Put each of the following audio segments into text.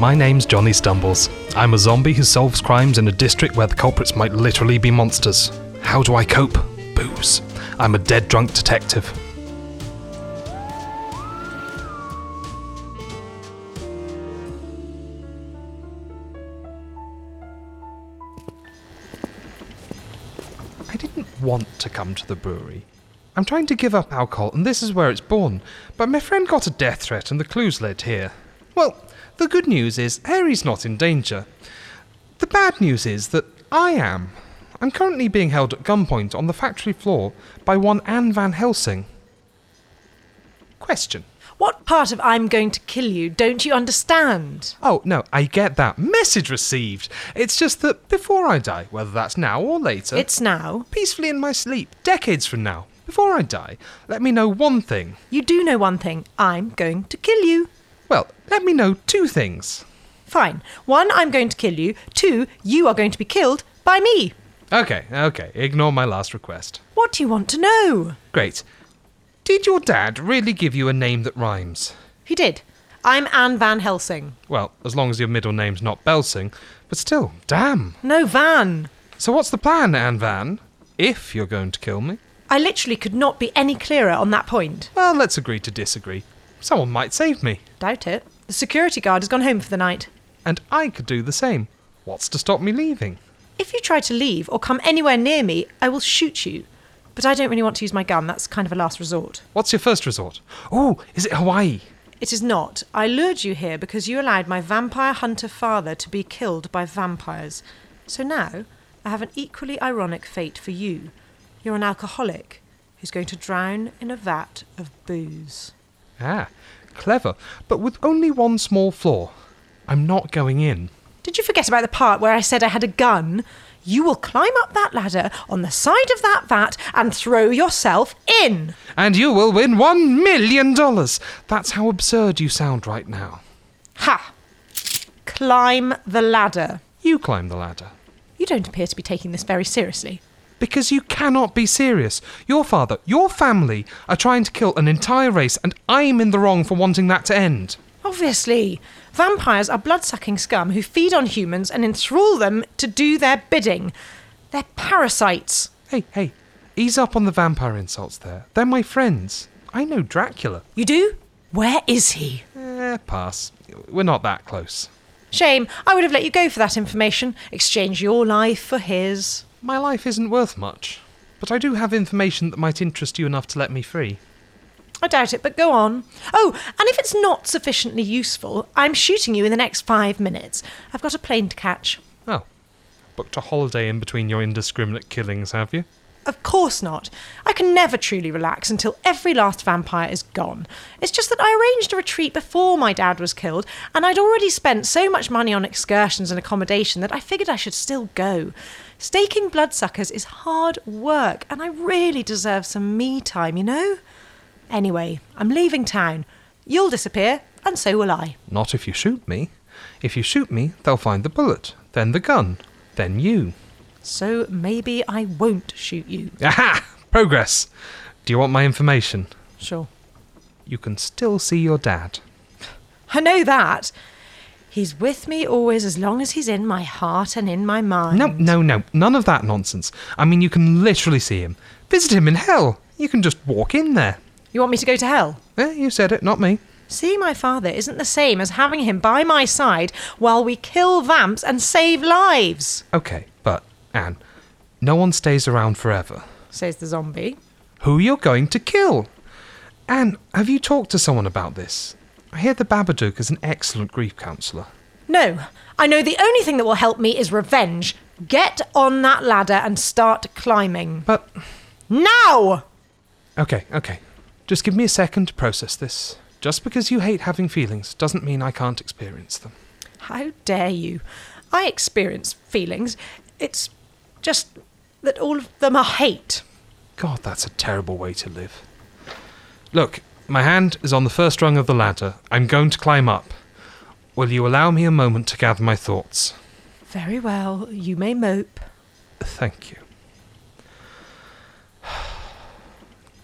My name's Johnny Stumbles. I'm a zombie who solves crimes in a district where the culprits might literally be monsters. How do I cope? Booze. I'm a dead drunk detective. I didn't want to come to the brewery. I'm trying to give up alcohol, and this is where it's born. But my friend got a death threat, and the clues led here. Well, the good news is Harry's not in danger. The bad news is that I am. I'm currently being held at gunpoint on the factory floor by one Anne Van Helsing. Question. What part of I'm going to kill you don't you understand? Oh, no, I get that. Message received. It's just that before I die, whether that's now or later. It's now. peacefully in my sleep, decades from now. Before I die, let me know one thing. You do know one thing I'm going to kill you. Well, let me know two things. Fine. One, I'm going to kill you. Two, you are going to be killed by me. Okay, okay, ignore my last request. What do you want to know? Great. Did your dad really give you a name that rhymes? He did. I'm Anne Van Helsing. Well, as long as your middle name's not Belsing, but still, damn. No, Van. So what's the plan, Anne Van? If you're going to kill me? I literally could not be any clearer on that point. Well, let's agree to disagree. Someone might save me, Doubt it. The security guard has gone home for the night. and I could do the same. What's to stop me leaving? If you try to leave or come anywhere near me, I will shoot you. But I don't really want to use my gun. That's kind of a last resort. What's your first resort? Oh, is it Hawaii? It is not. I lured you here because you allowed my vampire hunter father to be killed by vampires. So now I have an equally ironic fate for you. You're an alcoholic who's going to drown in a vat of booze. Ah, clever, but with only one small flaw. I'm not going in. Did you forget about the part where I said I had a gun? You will climb up that ladder on the side of that vat and throw yourself in. And you will win one million dollars! That's how absurd you sound right now. Ha! Climb the ladder. You climb the ladder. You don't appear to be taking this very seriously. Because you cannot be serious. Your father, your family are trying to kill an entire race, and I'm in the wrong for wanting that to end. Obviously. Vampires are blood sucking scum who feed on humans and enthrall them to do their bidding. They're parasites. Hey, hey, ease up on the vampire insults there. They're my friends. I know Dracula. You do? Where is he? Eh, pass. We're not that close. Shame, I would have let you go for that information. Exchange your life for his. My life isn't worth much, but I do have information that might interest you enough to let me free. I doubt it, but go on. Oh, and if it's not sufficiently useful, I'm shooting you in the next five minutes. I've got a plane to catch. Oh, booked a holiday in between your indiscriminate killings, have you? Of course not. I can never truly relax until every last vampire is gone. It's just that I arranged a retreat before my dad was killed, and I'd already spent so much money on excursions and accommodation that I figured I should still go. Staking bloodsuckers is hard work, and I really deserve some me time, you know? Anyway, I'm leaving town. You'll disappear, and so will I. Not if you shoot me. If you shoot me, they'll find the bullet, then the gun, then you. So maybe I won't shoot you. Aha! Progress! Do you want my information? Sure. You can still see your dad. I know that. He's with me always as long as he's in my heart and in my mind. No, no, no, none of that nonsense. I mean, you can literally see him. Visit him in hell. You can just walk in there. You want me to go to hell? Eh, you said it, not me. Seeing my father isn't the same as having him by my side while we kill vamps and save lives, Okay, but, Anne, no one stays around forever. says the zombie. who you're going to kill. Anne, have you talked to someone about this? I hear the Babadook is an excellent grief counsellor. No, I know the only thing that will help me is revenge. Get on that ladder and start climbing. But, Now! okay, okay. Just give me a second to process this. Just because you hate having feelings doesn't mean I can't experience them. How dare you? I experience feelings. It's just that all of them are hate. God, that's a terrible way to live. Look, my hand is on the first rung of the ladder. I'm going to climb up. Will you allow me a moment to gather my thoughts? Very well, you may mope. Thank you.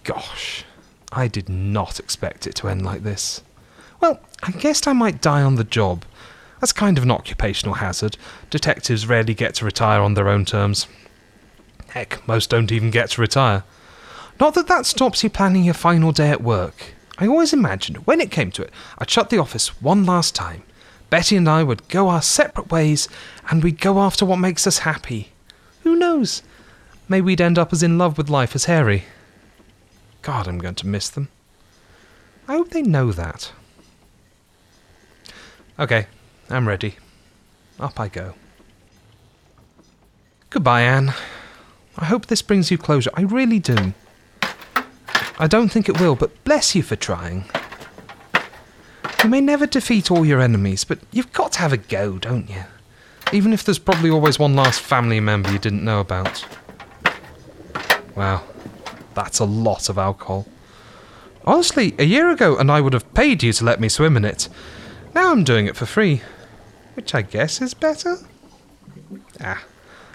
Gosh, I did not expect it to end like this. Well, I guessed I might die on the job. That's kind of an occupational hazard. Detectives rarely get to retire on their own terms. Heck, most don't even get to retire. Not that that stops you planning your final day at work. I always imagined, when it came to it, I'd shut the office one last time. Betty and I would go our separate ways, and we'd go after what makes us happy. Who knows? Maybe we'd end up as in love with life as Harry. God, I'm going to miss them. I hope they know that. Okay, I'm ready. Up I go. Goodbye, Anne. I hope this brings you closure. I really do. I don't think it will, but bless you for trying. You may never defeat all your enemies, but you've got to have a go, don't you? Even if there's probably always one last family member you didn't know about. Wow, that's a lot of alcohol. Honestly, a year ago, and I would have paid you to let me swim in it. Now I'm doing it for free, which I guess is better. Ah,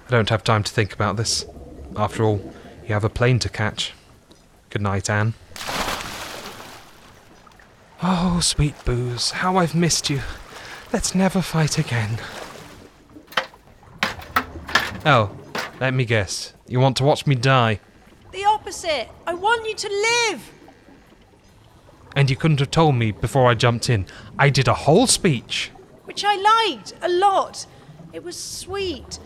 I don't have time to think about this. After all, you have a plane to catch. Good night, Anne. Oh, sweet booze, how I've missed you. Let's never fight again. Oh, let me guess. You want to watch me die, The opposite. I want you to live. and you couldn't have told me before I jumped in. I did a whole speech. which I liked a lot. It was sweet.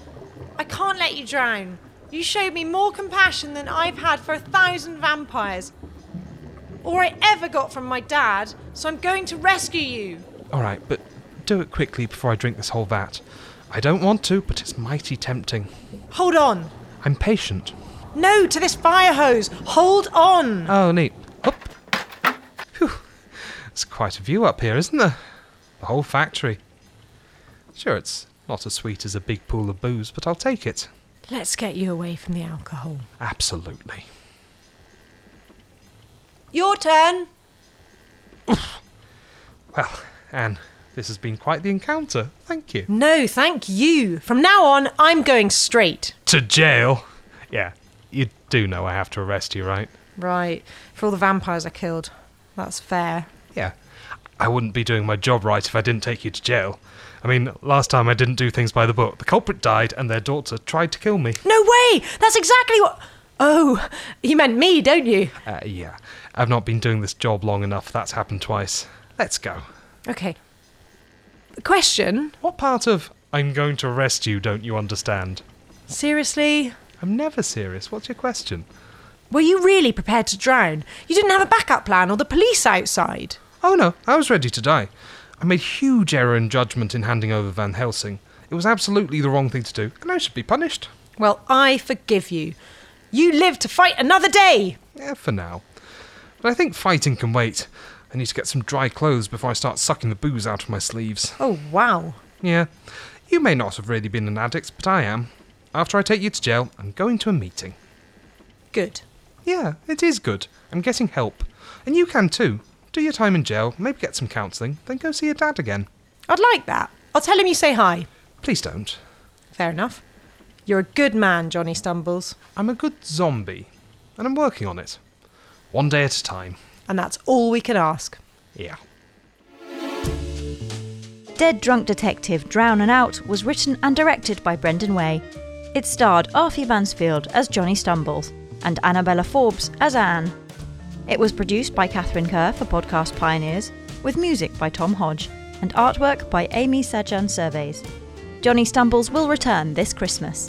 I can't let you drown. You showed me more compassion than I've had for a thousand vampires, or I ever got from my dad, so I'm going to rescue you. Alright, but do it quickly before I drink this whole vat. I don't want to, but it's mighty tempting. Hold on. I'm patient. No, to this fire hose. Hold on. Oh, neat. Up. Phew. It's quite a view up here, isn't there? The whole factory. Sure, it's not as sweet as a big pool of booze, but I'll take it. Let's get you away from the alcohol. Absolutely. Your turn. Well, Anne, this has been quite the encounter. Thank you. No, thank you. From now on, I'm going straight. To jail? Yeah, you do know I have to arrest you, right? Right. For all the vampires I killed. That's fair. Yeah. I wouldn't be doing my job right if I didn't take you to jail. I mean, last time I didn't do things by the book. The culprit died, and their daughter tried to kill me. No way! That's exactly what. Oh, you meant me, don't you? Uh, yeah. I've not been doing this job long enough. That's happened twice. Let's go. Okay. The question? What part of I'm going to arrest you don't you understand? Seriously? I'm never serious. What's your question? Were you really prepared to drown? You didn't have a backup plan or the police outside. Oh no, I was ready to die. I made huge error in judgment in handing over Van Helsing. It was absolutely the wrong thing to do, and I should be punished. Well, I forgive you. You live to fight another day! Yeah, for now. But I think fighting can wait. I need to get some dry clothes before I start sucking the booze out of my sleeves. Oh, wow. Yeah, you may not have really been an addict, but I am. After I take you to jail, I'm going to a meeting. Good. Yeah, it is good. I'm getting help. And you can too. Do your time in jail, maybe get some counselling, then go see your dad again. I'd like that. I'll tell him you say hi. Please don't. Fair enough. You're a good man, Johnny Stumbles. I'm a good zombie, and I'm working on it. One day at a time. And that's all we can ask. Yeah. Dead Drunk Detective Drown and Out was written and directed by Brendan Way. It starred Arfie Mansfield as Johnny Stumbles and Annabella Forbes as Anne. It was produced by Catherine Kerr for Podcast Pioneers, with music by Tom Hodge and artwork by Amy Sajan Surveys. Johnny Stumbles will return this Christmas.